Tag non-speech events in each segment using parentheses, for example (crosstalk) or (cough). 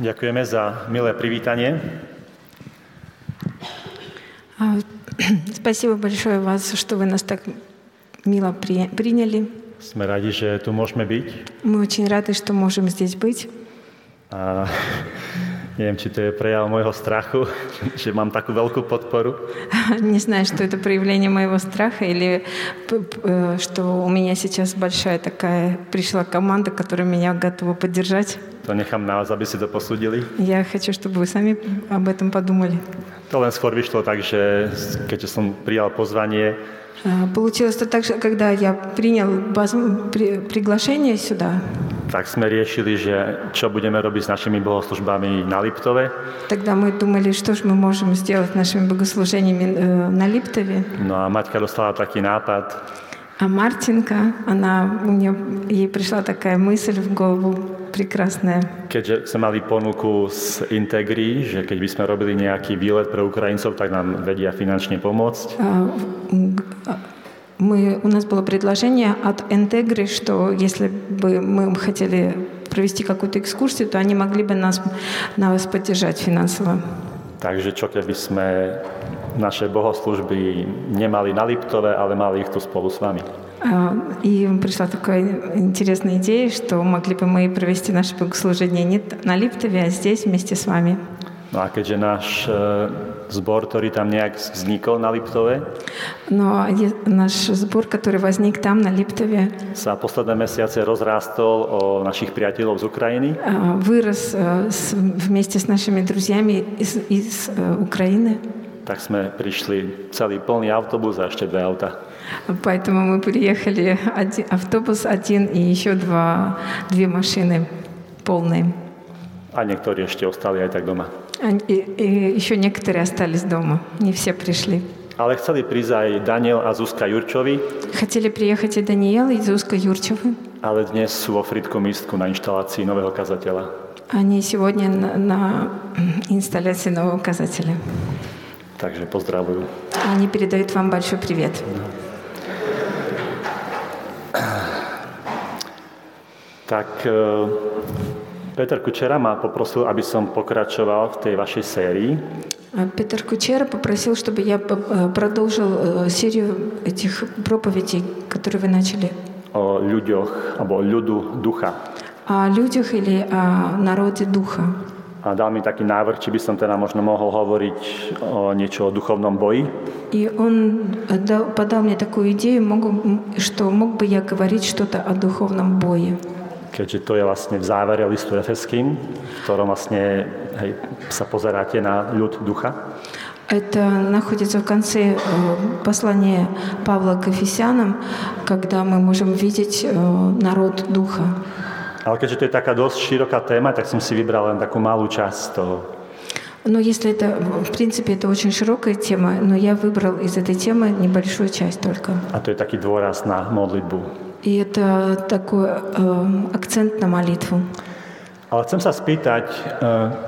Ďakujeme za milé privítanie. А, (clears throat) Спасибо большое вас, что вы нас так мило при- приняли. Sme radi, že tu môžeme byť. Мы очень рады, что можем здесь быть. (laughs) A (laughs) neviem, či to je prejav môjho strachu, (laughs) že mám takú veľkú podporu. Не знаю, что это проявление моего страха или п- п- э, что у меня сейчас большая такая пришла команда, которая меня готова поддержать. To nechám na vás, aby ste to posúdili. Я хочу, чтобы вы сами об этом подумали. To len skôr vyšlo tak, že keďže som prijal pozvanie, А, Получилось то так, что когда я принял возм- при- приглашение сюда, tak sme riešili, že čo budeme robiť s našimi bohoslužbami na Liptove. тогда мы думали, что же мы можем сделать нашими богослужениями э, на Липтове. No a Maťka dostala taký nápad, А Мартинка, она, у нее, ей пришла такая мысль в голову прекрасная. keďže sme mali ponuku z Integri, že keď by sme robili nejaký výlet pre Ukrajincov, tak nám vedia finančne pomôcť. А, м, а, Мы, у нас было предложение от Интегры, что если бы мы хотели провести какую-то экскурсию, то они могли бы нас, нас поддержать финансово. Takže čo keby sme naše bohoslužby nemali na Liptove, ale mali ich tu spolu s vami. А, И пришла такая интересная идея, что могли бы мы провести наше богослужение не т- на Липтове, а здесь вместе с вами. No a keďže náš e, zbor, ktorý tam nejak vznikol na Liptove, Но е- наш сбор, который возник там, на Липтове, sa posledné mesiace rozrástol o našich priateľov z Ukrajiny. а, вырос а, с- вместе с нашими друзьями из, из, э, Украины. Tak sme prišli celý plný autobus a ešte dve auta. Поэтому мы приехали один, автобус один и еще два, две машины полные. A niektorí ešte ostali aj tak doma. А, И, и еще некоторые остались дома, не все пришли. Ale chceli prísť aj Daniel a Zuzka Jurčovi, Хотели приехать и Даниэл, и Зузка Юрчевы. ale dnes sú vo Fritku Místku na inštalácii nového kazateľa. Они сегодня на, на инсталляции нового указателя. Takže pozdravujú. Они передают вам большой привет. Tak e, Peter Kučera ma poprosil, aby som pokračoval v tej vašej sérii. А, Петр Кучера попросил, чтобы я п- э, продолжил э, серию этих проповедей, которые вы начали, O ľuďoch, alebo o ľudu ducha. о людях или о народе Духа. A dal mi taký návrh, či by som teda možno mohol hovoriť o niečo o duchovnom boji. И он дал- подал мне такую идею, могу, м, что мог бы я говорить что-то о духовном бое. Keďže to je vlastne v závere listu Efeským, v ktorom vlastne hej, sa pozeráte na ľud ducha. Это находится в конце э, послания Павла к Ефесянам, когда мы можем видеть э, народ Духа. Ale keďže to je taká dosť široká téma, tak som si vybral len takú malú časť z toho. Но Ну, если это, в принципе, это очень широкая тема, но я выбрал из этой темы небольшую часть только. A to je taký dôraz na modlitbu. И это такой э, акцент на молитву. Ale chcem sa spýtať, e,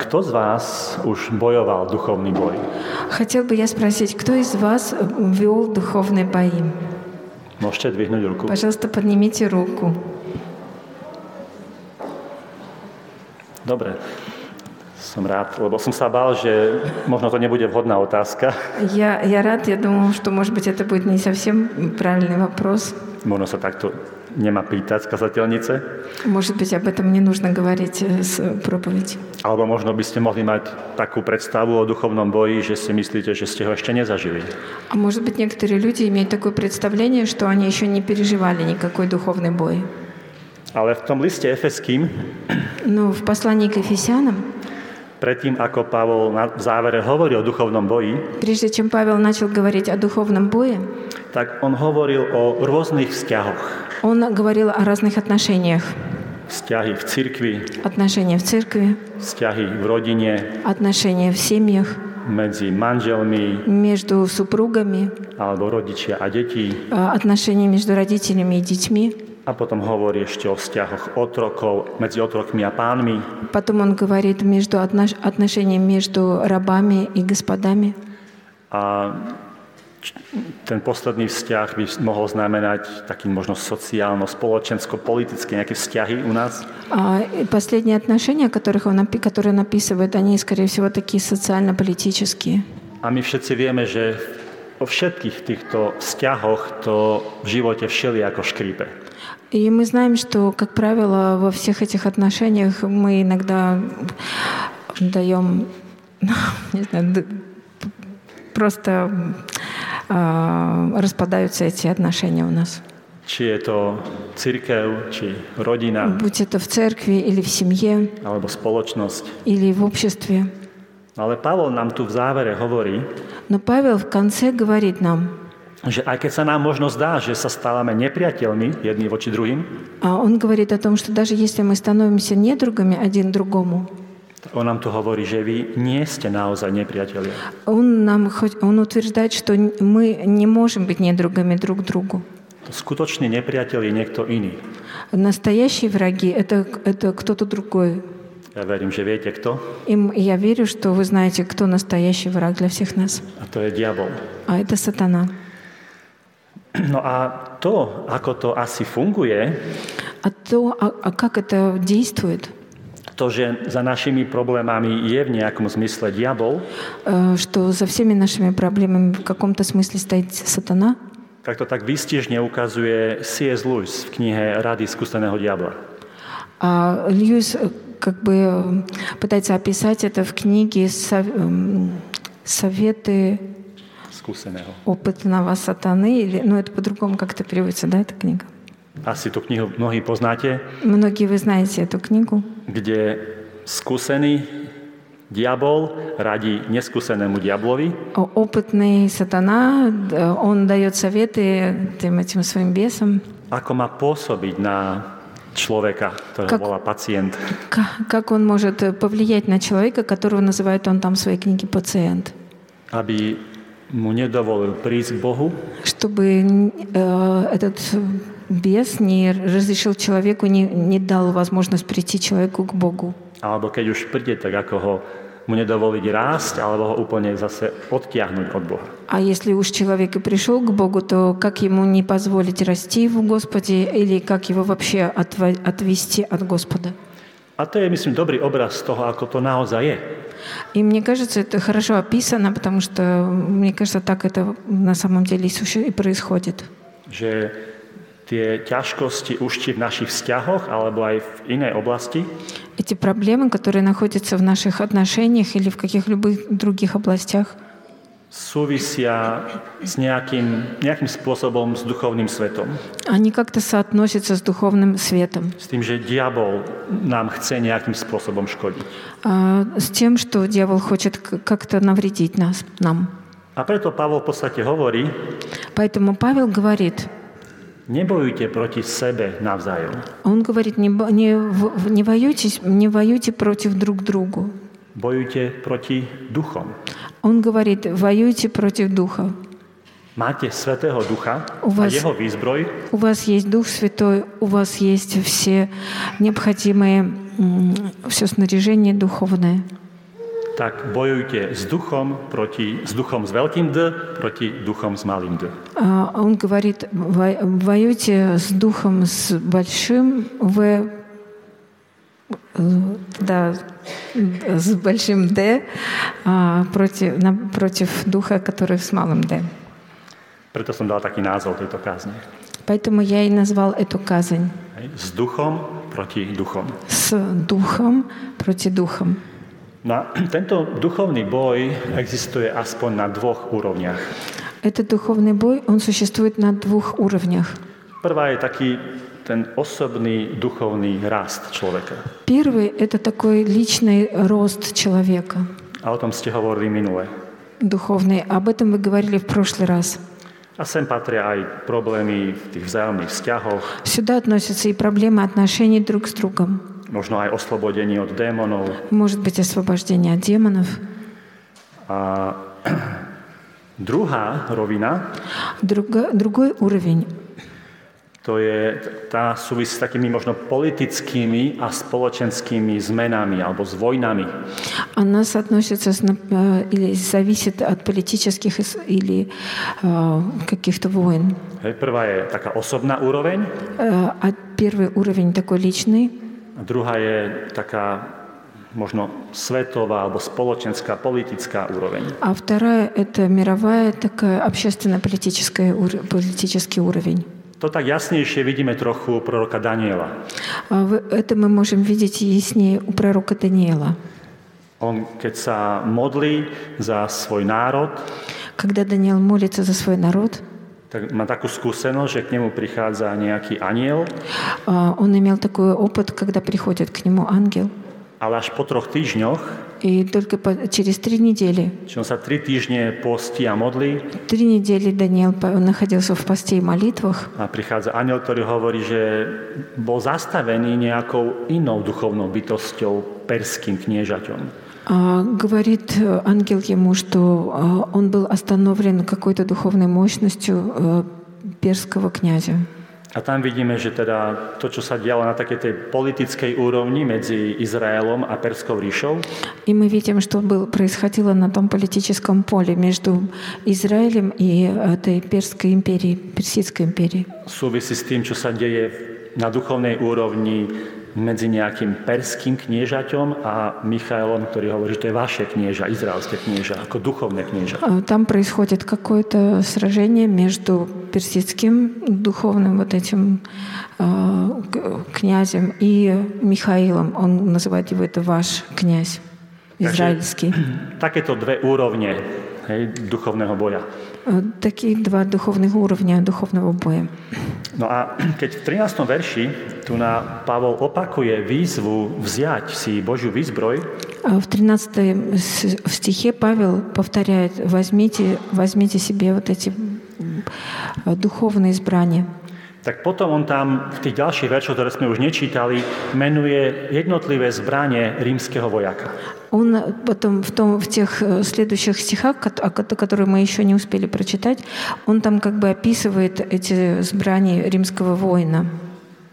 kto z vás už bojoval duchovný boj? Хотел бы я спросить, кто из вас вел духовные бои? Môžete dvihnúť ruku. Пожалуйста, поднимите руку. Dobre. Som rád, lebo som sa bál, že možno to nebude vhodná otázka. Я, я рад, я думал, что, может быть, это будет не совсем правильный вопрос. Možno sa takto nemá pýtať z kazateľnice. Может быть, об этом не нужно говорить э, с проповеди. Alebo možno by ste mohli mať takú predstavu o duchovnom boji, že si myslíte, že ste ho ešte nezažili. А может быть, некоторые люди имеют такое представление, что они еще не переживали никакой духовный бой. Ale v tom liste Efeským, Но Ну, в послании к Ефесянам, predtým ako Pavol na- v závere hovorí o duchovnom boji, прежде чем Павел начал говорить о духовном бое, tak on hovoril o rôznych vzťahoch. он говорил о разных отношениях. Vzťahy v cirkvi, Отношения в церкви, vzťahy v rodine, отношения в семьях, medzi manželmi между супругами, alebo rodičia a deti. э, отношения между родителями и детьми. A potom hovorí ešte o vzťahoch otrokov, medzi otrokmi a pánmi. Потом он говорит между отнош- отношения между рабами и господами. A ten posledný vzťah by mohol znamenať taký možno sociálno, spoločensko, politické nejaké vzťahy у нас. А, и последние отношения, о которых он, опи- которые он описывает, они, скорее всего, такие социально-политические. A my všetci vieme, že o všetkých týchto vzťahoch to v živote všeli ako škrípe. И мы знаем, что, как правило, во всех этих отношениях мы иногда даем, (laughs) не знаю, д- просто а, распадаются эти отношения у нас. Či je to církev, či rodina, Будь это в церкви или в семье, alebo spoločnosť. или в обществе. Ale Pavol nám tu v závere hovorí, Но Павел в конце говорит нам, že aj keď sa nám možno zdá, že sa stávame nepriateľmi jedni voči druhým, а он говорит о том, что даже если мы становимся недругами один другому, on nám tu hovorí, že vy nie ste naozaj nepriatelia. он, нам, хоть- он утверждает, что н- мы не можем быть недругами друг другу. To skutočný nepriateľ je niekto iný. Настоящие враги это, – это кто-то другой. Ja verím, že viete kto. И м- я верю, что вы знаете, кто настоящий враг для всех нас. A to je diabol. А это сатана. No a to, ako to asi funguje, А то, а, а как это действует, to, že za našimi problémami je v nejakom zmysle diabol, Э, что за всеми нашими проблемами в каком-то смысле стоит сатана, tak to tak výstižne ukazuje C.S. Lewis v knihe Rady skúseného diabla. а Льюис э, как бы э, пытается описать это в книге «Со- эм, «Советы Skúseného. опытного сатаны», или, ну это по-другому как-то переводится, да, эта книга? Asi tú knihu mnohí poznáte, Многие вы знаете эту книгу. kde skúsený diabol radí neskúsenému diablovi О- Опытный сатана, э, он дает советы тем этим своим бесам, Ako má pôsobiť na človeka, ktorého Kak- volá pacient? К- как он может э, повлиять на человека, которого называет он там в своей книге пациент, Aby mu nedovolil prísť k Bohu, чтобы э, этот бес не разрешил человеку, не, не дал возможность прийти человеку к Богу. alebo keď už príde, tak ako ho mu nedovoliť rásť, alebo ho úplne zase odtiahnuť od Boha. А если уж человек и пришел к Богу, то как ему не позволить расти в Господе или как его вообще отва- отвести от Господа? A to je, myslím, dobrý obraz toho, ako to naozaj je. И мне кажется, это хорошо описано, потому что, мне кажется, так это на самом деле и, суще- и происходит. Že tie ťažkosti už či v našich vzťahoch, alebo aj v inej oblasti, Эти проблемы, которые находятся в наших отношениях или в каких-либо других областях, súvisia s nejakým, nejakým spôsobom s duchovným svetom. они как-то соотносятся с духовным светом, S tým, že diabol nám chce nejakým spôsobom škodiť. а, с тем, что дьявол хочет к- как-то навредить нас, нам. A preto Pavol v podstate hovorí, Поэтому Павел говорит, nebojujte proti sebe navzájom. он говорит, не, бо- не, в- не, воюйтесь, не воюйте против друг другу. Bojujte proti duchom. Он говорит, воюйте против духа. Máte Svetého Ducha U a vás- jeho výzbroj У вас есть Дух Святой, у вас есть все необходимые, все снаряжение духовное. tak bojujte s duchom, proti, s duchom s veľkým D, proti duchom s malým D. А, Он говорит, «Во- воюйте с Духом с большим В, э, да, с большим Д а, против, на- против Духа, который с малым Д. Preto som dal taký názov tejto kázne. Поэтому я и назвал эту казань Hej. S duchom proti duchom. с Духом против Духом. No a (clears throat) tento duchovný boj existuje aspoň na dvoch úrovniach. Этот духовный бой, он существует на двух уровнях. Prvá je taký ten osobný duchovný rast človeka. Первый – это такой личный рост человека, A o tom ste hovorili minule. духовный. Об этом вы говорили в прошлый раз. A sem patria aj problémy v tých vzájomných vzťahoch, Сюда относятся и проблемы отношений друг с другом. možno aj oslobodenie od démonov Может быть, освобождение от демонов. a (clears throat) druhá rovina Друга- другой уровень to je, tá súvisí s takými možno politickými a spoločenskými zmenami alebo s vojnami. Она соотносится с, нап- э, или зависит от политических ис- или э, каких-то войн. Hej, prvá je taká osobná úroveň, Э, А первый уровень такой личный, a druhá je taká možno svetová alebo spoločenská, politická úroveň. а вторая – это мировая такая общественно-политическая ур- политический уровень. To tak jasnejšie vidíme trochu u proroka Daniela. А в- Это мы можем видеть яснее у пророка Даниила. On, keď sa modlí za svoj národ, Когда Даниил молится за свой народ, tak má takú skúsenosť, že k nemu prichádza nejaký aniel, а, он имел такой опыт, когда приходит к нему ангел. ale až po troch týždňoch, И только по- через три недели, čo on sa tri týždne postí a modlí, три недели Даниил по- находился в посте и молитвах, a prichádza aniel, ktorý hovorí, že bol zastavený nejakou inou duchovnou bytosťou, perským kniežaťom. А, говорит э, ангел ему, что а, он был остановлен какой-то духовной мощностью э, перского князя. A tam vidíme, že teda to, čo sa dialo na takej tej politickej úrovni medzi Izraelom a Perskou ríšou, И мы видим, что был, происходило на том политическом поле между Израилем и э, этой Перской империей, Персидской империей. súvisí s tým, čo sa deje na duchovnej úrovni medzi nejakým perským kniežaťom a Michailom, ktorý hovorí, že to je vaše knieža, izraelské knieža, ako duchovné knieža. А, Там происходит какое-то сражение между персидским духовным вот этим а, к- князем и Михаилом. Он называет его это ваш князь израильский. Takéto dve úrovne hej, duchovného boja. А, Такие два духовных уровня духовного боя. No a keď v 13. verši tu na Pavol opakuje výzvu vziať si Božiu výzbroj, А В 13 с- в стихе Павел повторяет, возьмите, возьмите себе вот эти м, а, духовные избрания. tak potom on tam v tých ďalších veršoch, ktoré sme už nečítali, menuje jednotlivé zbranie rímskeho vojaka. Он потом в, том, в тех э, следующих стихах, кот- о кот- которые мы еще не успели прочитать, он там как бы описывает эти избрания римского воина.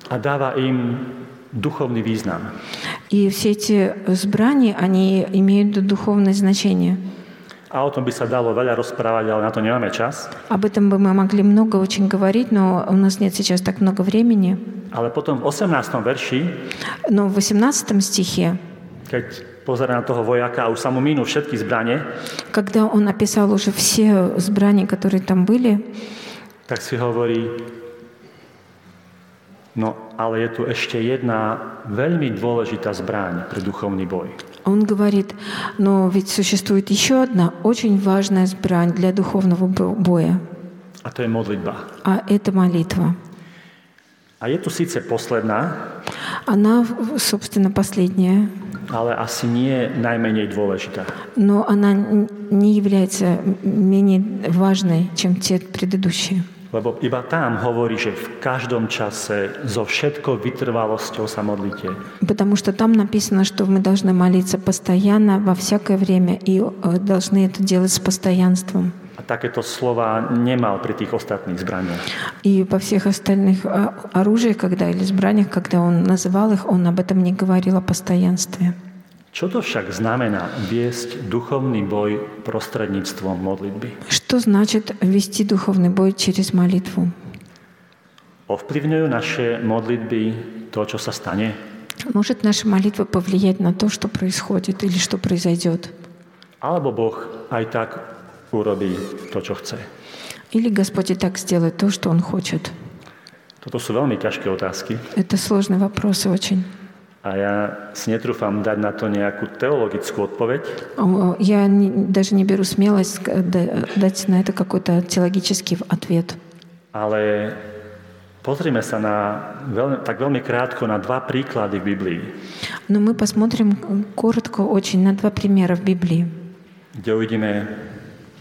a dáva im duchovný význam. И все эти избрания, они имеют духовное значение. A o tom by sa dalo veľa rozprávať, ale na to nemáme čas. Об этом бы мы могли много очень говорить, но у нас нет сейчас так много времени. Ale potom v 18. verši, Но в 18 стихе, keď pozerá na toho vojaka a už sa mu minú všetky zbranie, когда он описал уже все избрания, которые там были, tak si hovorí, no ale je tu ešte jedna veľmi dôležitá zbraň pre duchovný boj. он говорит, но ведь существует еще одна очень важная избрань для духовного бо- боя. A to je modlitba. А это молитва. A je tu síce posledná, Она, в- собственно, последняя, ale asi nie najmenej dôležitá. но она н- не является м- менее важной, чем те предыдущие. Lebo iba tam hovorí, že v každom čase so všetkou vytrvalosťou sa modlite. Потому что там написано, что мы должны молиться постоянно, во всякое время, и э, должны это делать с постоянством. A takéto slova nemal pri tých ostatných zbraniach. И во всех остальных а, оружиях, когда или избраниях, когда он называл их, он об этом не говорил о постоянстве. Čo to však znamená viesť duchovný boj prostredníctvom modlitby? Что значит вести духовный бой через молитву? Ovplyvňujú naše modlitby to, čo sa stane? Может наша молитва повлиять на то, что происходит или что произойдет? Alebo Boh aj tak urobí to, čo chce? Или Господь и так сделает то, что Он хочет? Toto sú veľmi ťažké otázky Это сложный вопрос очень. a ja si netrúfam dať na to nejakú teologickú odpoveď, О, Я не- даже не беру смелость э, да- дать на это какой-то теологический ответ. ale pozrime sa na veľmi, tak veľmi krátko na dva príklady v Biblii, Но мы посмотрим э, коротко очень на два примера в Библии. kde uvidíme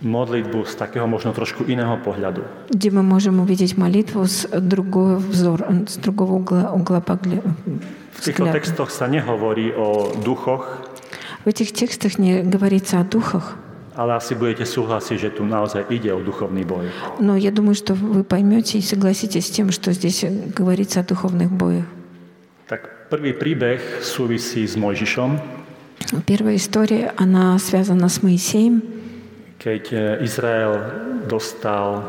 modlitbu z takého možno trošku iného pohľadu. где мы можем увидеть молитву с другого взор, с другого угла, угла погля- э, V týchto взгляда. textoch sa nehovorí o duchoch, В этих текстах не говорится о духах, Ale asi budete súhlasiť, že tu naozaj ide o duchovný boj. Но я думаю, что вы поймете и согласитесь с тем, что здесь говорится о духовных боях. Tak prvý príbeh súvisí s Mojžišom, Первая история, она связана с Моисеем. keď eh, Izrael dostal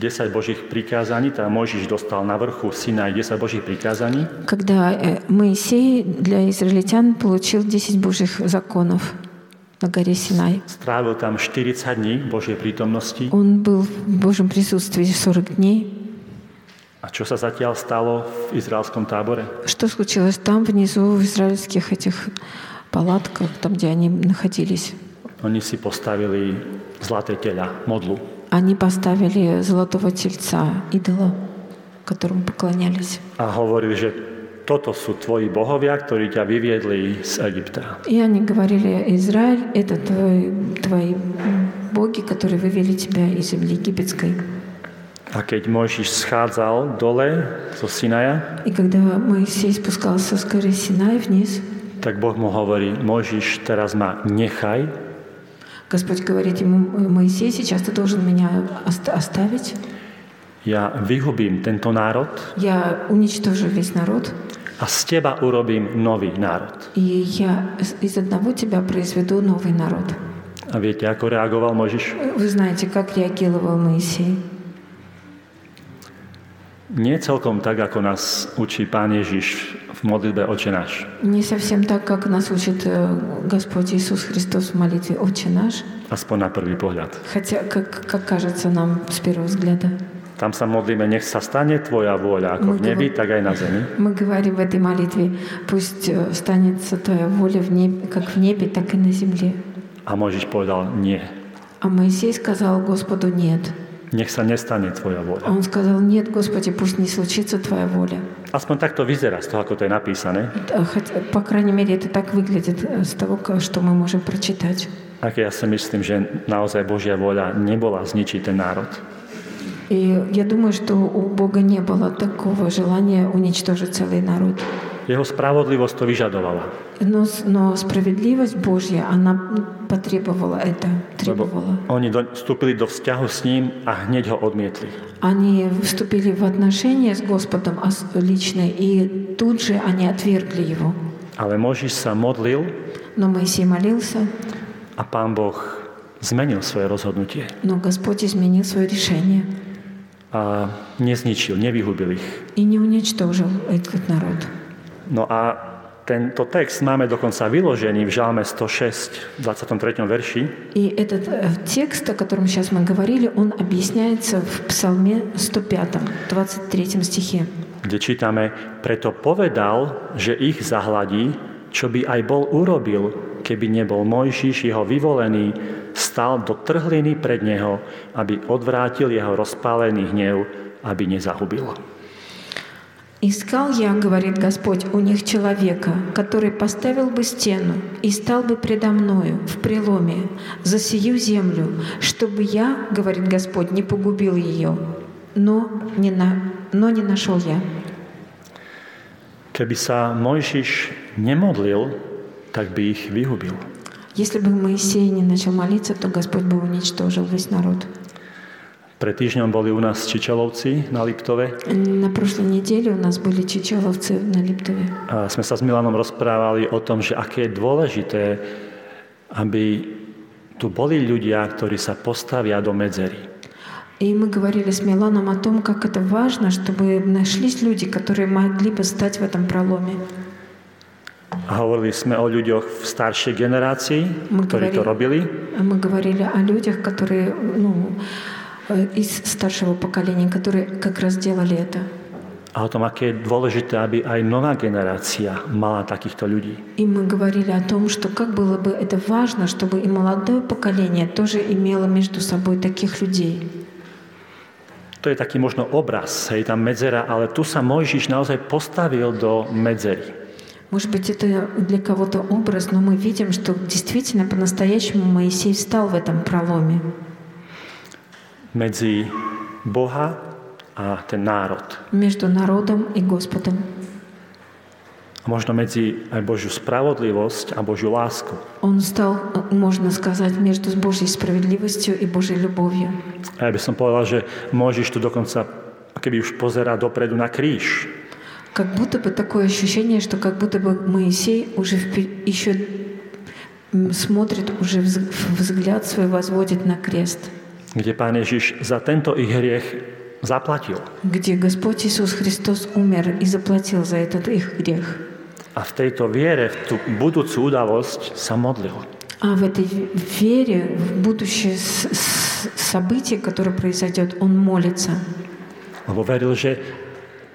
10 Božích prikázaní, tá Mojžiš dostal na vrchu Sinaj 10 Božích prikázaní, Когда э, Моисей для израильтян получил 10 Божьих законов на горе Синай. strávil tam 40 dní Božej prítomnosti. Он был в Божьем присутствии 40 дней. A čo sa zatiaľ stalo v izraelskom tábore? Что случилось там внизу в израильских этих палатках, там, где они находились? Oni si postavili zlaté tela, modlu. Они поставили золотого тельца, идола, которому поклонялись. A hovorili, že toto sú tvoji bohovia, ktorí ťa vyviedli z Egypta. И они говорили, Израиль, это твой, твои боги, которые вывели тебя из земли египетской. A keď Mojžiš schádzal dole zo Sinaja, И когда Моисей спускался с горы Синай вниз, tak Boh mu hovorí, Mojžiš, teraz ma nechaj, Господь говорит ему, «Э, Моисей, сейчас ты должен меня ост- оставить. ja vyhubím tento národ Я уничтожу весь народ, a z teba urobím nový národ. и я с- из одного тебя произведу новый народ. A viete, ako reagoval Mojžiš? Э, Вы знаете, как реагировал Моисей. Nie celkom tak, ako nás učí Pán Ježiš v modlitbe Oče náš. Не совсем так, как нас учит э, Господь Иисус Христос в молитве «Отче наш», Aspoň na prvý pohľad. хотя, как, как кажется нам с первого взгляда. Tam sa modlíme, nech sa stane Tvoja vôľa, ako v nebi, tak aj na zemi. Мы говорим в этой молитве, пусть э, станется Твоя воля в небе, как в небе, так и на земле. A Mojžiš povedal, nie. А Моисей сказал Господу «нет». Nech sa nestane Tvoja А vôľa. он сказал «нет, Господи, пусть не случится Твоя воля». Aspoň takto vyzerá z toho, ako to je napísané. Э, хотя, По крайней мере, это так выглядит э, с того, ка- что мы можем прочитать. A keď ja si myslím, že naozaj Božia vôľa nebola zničiť ten národ. И я думаю, что у Бога не было такого желания уничтожить целый народ. Jeho spravodlivosť to vyžadovala. Но, с- но справедливость Божья, она потребовала это, Lebo требовала. oni do, vstúpili do vzťahu s ním a hneď ho odmietli. Они вступили в отношения с Господом ос- личные, и тут же они отвергли его. Ale Možiš sa modlil Но Моисей молился, a pán Boh zmenil svoje rozhodnutie. но Господь изменил свое решение A nezničil, nevyhubil ich. и не уничтожил этот народ. No a tento text máme dokonca vyložený v Žalme 106, v 23. verši. И этот э, текст, о котором сейчас мы говорили, он объясняется в Псалме 105, 23 стихе. kde čítame, preto povedal, že ich zahladí, čo by aj bol urobil, keby nebol Mojžiš, jeho vyvolený, stal do trhliny pred neho, aby odvrátil jeho rozpálený hnev, aby nezahubil. «Искал я, — говорит Господь, — у них человека, который поставил бы стену и стал бы предо мною в преломе за сию землю, чтобы я, — говорит Господь, — не погубил ее, но не, на, но не нашел я». Keby sa Mojžiš nemodlil, tak by ich vyhubil. Если бы Моисей не начал молиться, то Господь бы уничтожил весь народ. Pred týždňom boli u nás Čičelovci na Liptove На прошлой неделе у нас были чечеловцы на Липтове. a sme sa s Milanom rozprávali o tom, že aké je dôležité, aby tu boli ľudia, ktorí sa postavia do medzery. И мы говорили с Миланом о том, как это важно, чтобы нашлись люди, которые могли бы стать в этом проломе. A hovorili sme o ľuďoch v staršej generácii, My ktorí to hovorili- robili. А Мы говорили о людях, которые ну, э, из старшего поколения, которые как раз делали это. A o tom, aké je dôležité, aby aj nová generácia mala takýchto ľudí. И мы говорили о том, что как было бы это важно, чтобы и молодое поколение тоже имело между собой таких людей. To je taký možno obraz, hej, tam medzera, ale tu sa Mojžiš naozaj postavil do medzery. Может быть, это для кого-то образ, но мы видим, что действительно по-настоящему Моисей встал в этом проломе Medzi Boha a ten národ. между народом и Господом. A možno medzi aj Božiu spravodlivosť a Božiu lásku. Он стал, э, можно сказать, между Божьей справедливостью и Божьей любовью. A ja by som povedal, že Mojžiš tu dokonca keby už pozera dopredu na kríž. Как будто бы такое ощущение, что как будто бы Моисей уже впе- еще м, смотрит, уже вз- взгляд свой возводит на крест, kde Pán Ježiš za tento ich hriech zaplatil. где Господь Иисус Христос умер и заплатил за этот их грех. A v tejto viere, v tú budúcu udalosť sa modlil. А в этой вере, в будущее с- с- событие, которое произойдет, он молится. Lebo veril, že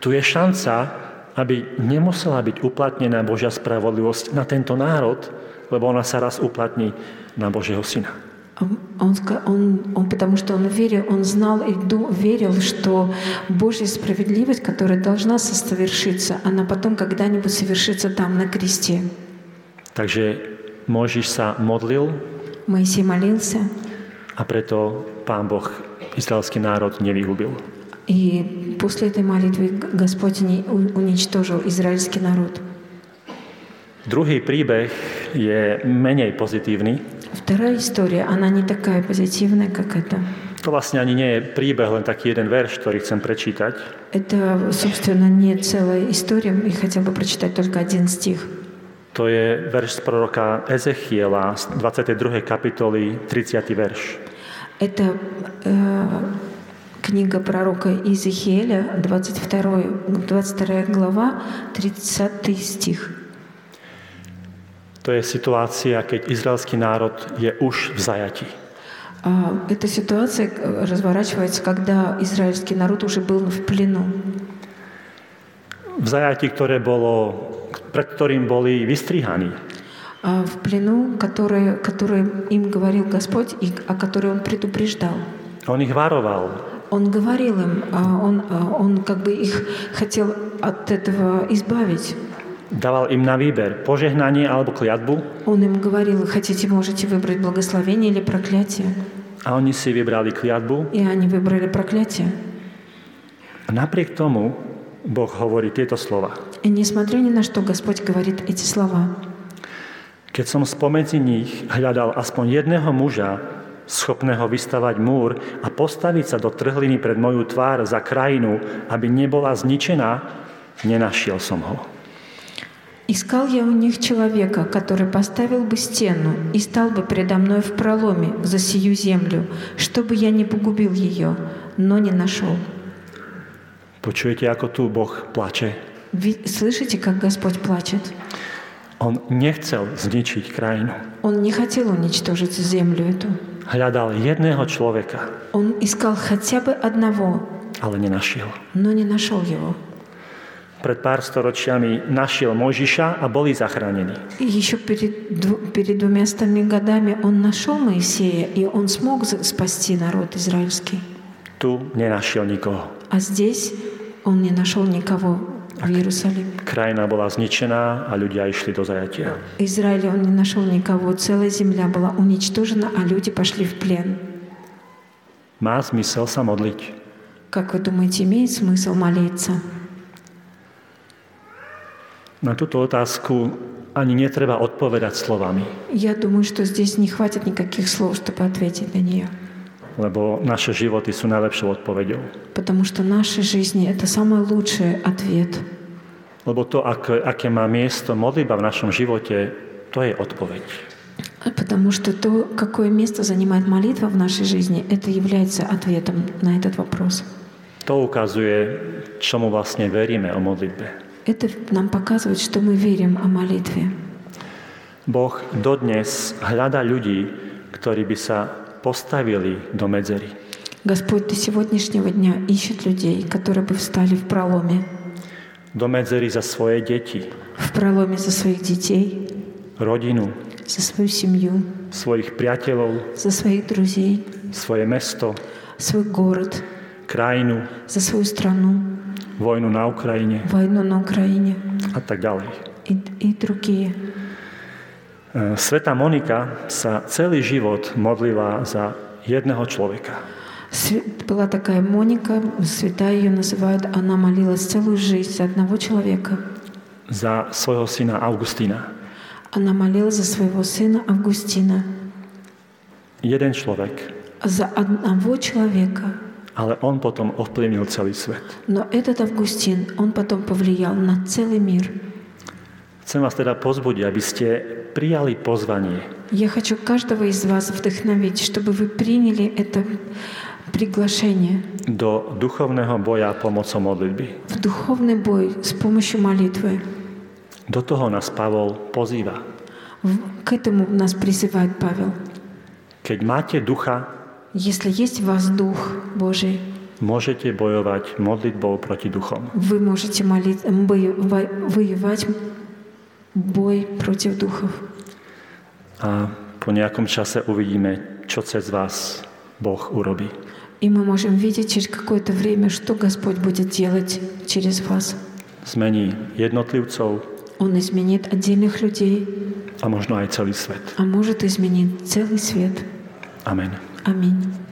tu je šanca, aby nemusela byť uplatnená Božia spravodlivosť na tento národ, lebo ona sa raz uplatní na Božieho Syna. А Он, ска- он, он, потому что он верил, он знал и ду- верил, что Божья справедливость, которая должна совершиться, она потом когда-нибудь совершится там, на кресте. Takže Mojžiš sa modlil Моисей молился, a preto Pán Boh izraelský národ nevyhubil. и после этой молитвы Г- Господь не у- уничтожил израильский народ. Druhý príbeh je menej pozitívny. Вторая история, она не такая позитивная, как эта. To vlastne ani nie je príbeh, len taký jeden verš, ktorý chcem prečítať. Это, собственно, не целая история, и хотел бы прочитать только один стих. To je verš z proroka Ezechiela z 22. kapitoly 30. verš. Это э, книга пророка Иезекииля, 22, 22 глава, 30 стих. To je situácia, keď izraelský národ je už v zajatí. А, Эта ситуация э, разворачивается, когда израильский народ уже был в плену, V zajatí, ktoré bolo, pred ktorým boli vystrihaní. А, в плену, который, который им говорил Господь и о которой он предупреждал. On ich varoval. Он говорил им, а он, а он как бы их хотел от этого избавить. Dával im na výber požehnanie alebo kliatbu Он им говорил, хотите, можете выбрать благословение или проклятие. a oni si vybrali kliatbu. И они выбрали проклятие. A napriek tomu Boh hovorí tieto slova. И несмотря ни на что, Господь говорит эти слова. Keď som spomedzi nich hľadal aspoň jedného muža, schopného vystavať múr a postaviť sa do trhliny pred moju tvár za krajinu, aby nebola zničená, nenašiel som ho. «Искал я у них человека, который поставил бы стену и стал бы предо мной в проломе за сию землю, чтобы я не погубил ее, но не нашел». Počujete, ako tu Boh plače? Ви- слышите, как Господь плачет? On nechcel zničiť krajinu. Он не хотел уничтожить землю эту. Hľadal jedného človeka, Он искал хотя бы одного, ale nenašiel. но не нашел его. Pred pár storočiami našiel Mojžiša a boli zachránení. И еще перед, дву- перед двумя стами годами он нашел Моисея, и он смог за- спасти народ израильский. Tu nenašiel nikoho. А здесь он не нашел никого в Иерусалиме. Krajina bola zničená a ľudia išli do zajatia. В Израиле он не нашел никого. Целая земля была уничтожена, а люди пошли в плен. Má zmysel sa modliť? Как вы думаете, имеет смысл молиться? Na túto otázku ani netreba odpovedať slovami, Я думаю, что здесь не хватит никаких слов, чтобы ответить на нее. lebo naše životy sú najlepšou odpoveďou. Потому что наши жизни — это самый лучший ответ. Lebo to, ak, aké má miesto modlitba v našom živote, to je odpoveď. Потому что то, какое место занимает молитва в нашей жизни, это является ответом на этот вопрос. To ukazuje, čomu vlastne veríme o modlitbe. Это нам показывает, что мы верим о молитве. Boh dodnes hľada ľudí, ktorí by sa postavili do medzery. Господь до сегодняшнего дня ищет людей, которые бы встали в проломе. Do medzery za svoje deti, В проломе за своих детей, rodinu, за свою семью, svojich priateľov, за своих друзей, svoje mesto, свой город, krajinu, за свою страну, vojnu na Ukrajine войну на Украине a tak ďalej. и, и другие. Sveta E, Monika sa celý život modlila za jedného človeka. Св- Была такая Моника, святая ее называют, она молилась целую жизнь за одного человека. za svojho syna Augustína. Она молилась за своего сына Августина, Jeden človek, за одного человека. ale on potom ovplyvnil celý svet. Но этот Августин, он потом повлиял на целый мир. Chcem vás teda pozbudiť, aby ste prijali pozvanie. Я хочу каждого из вас вдохновить, чтобы вы приняли это приглашение do duchovného boja pomocou modlitby. в духовный бой с помощью молитвы. Do toho nás Pavol pozýva. В- К этому нас призывает Павел. Keď máte ducha, Если есть в вас Дух Божий, môžete bojovať modlitbou proti duchom. вы можете молить, бо- во- воевать бой против духов. A po nejakom čase uvidíme, čo cez vás Boh urobí. И мы можем видеть через какое-то время, что Господь будет делать через вас. Zmení jednotlivcov Он изменит отдельных людей, a možno aj celý svet. а может изменить целый свет. Amen. Аминь.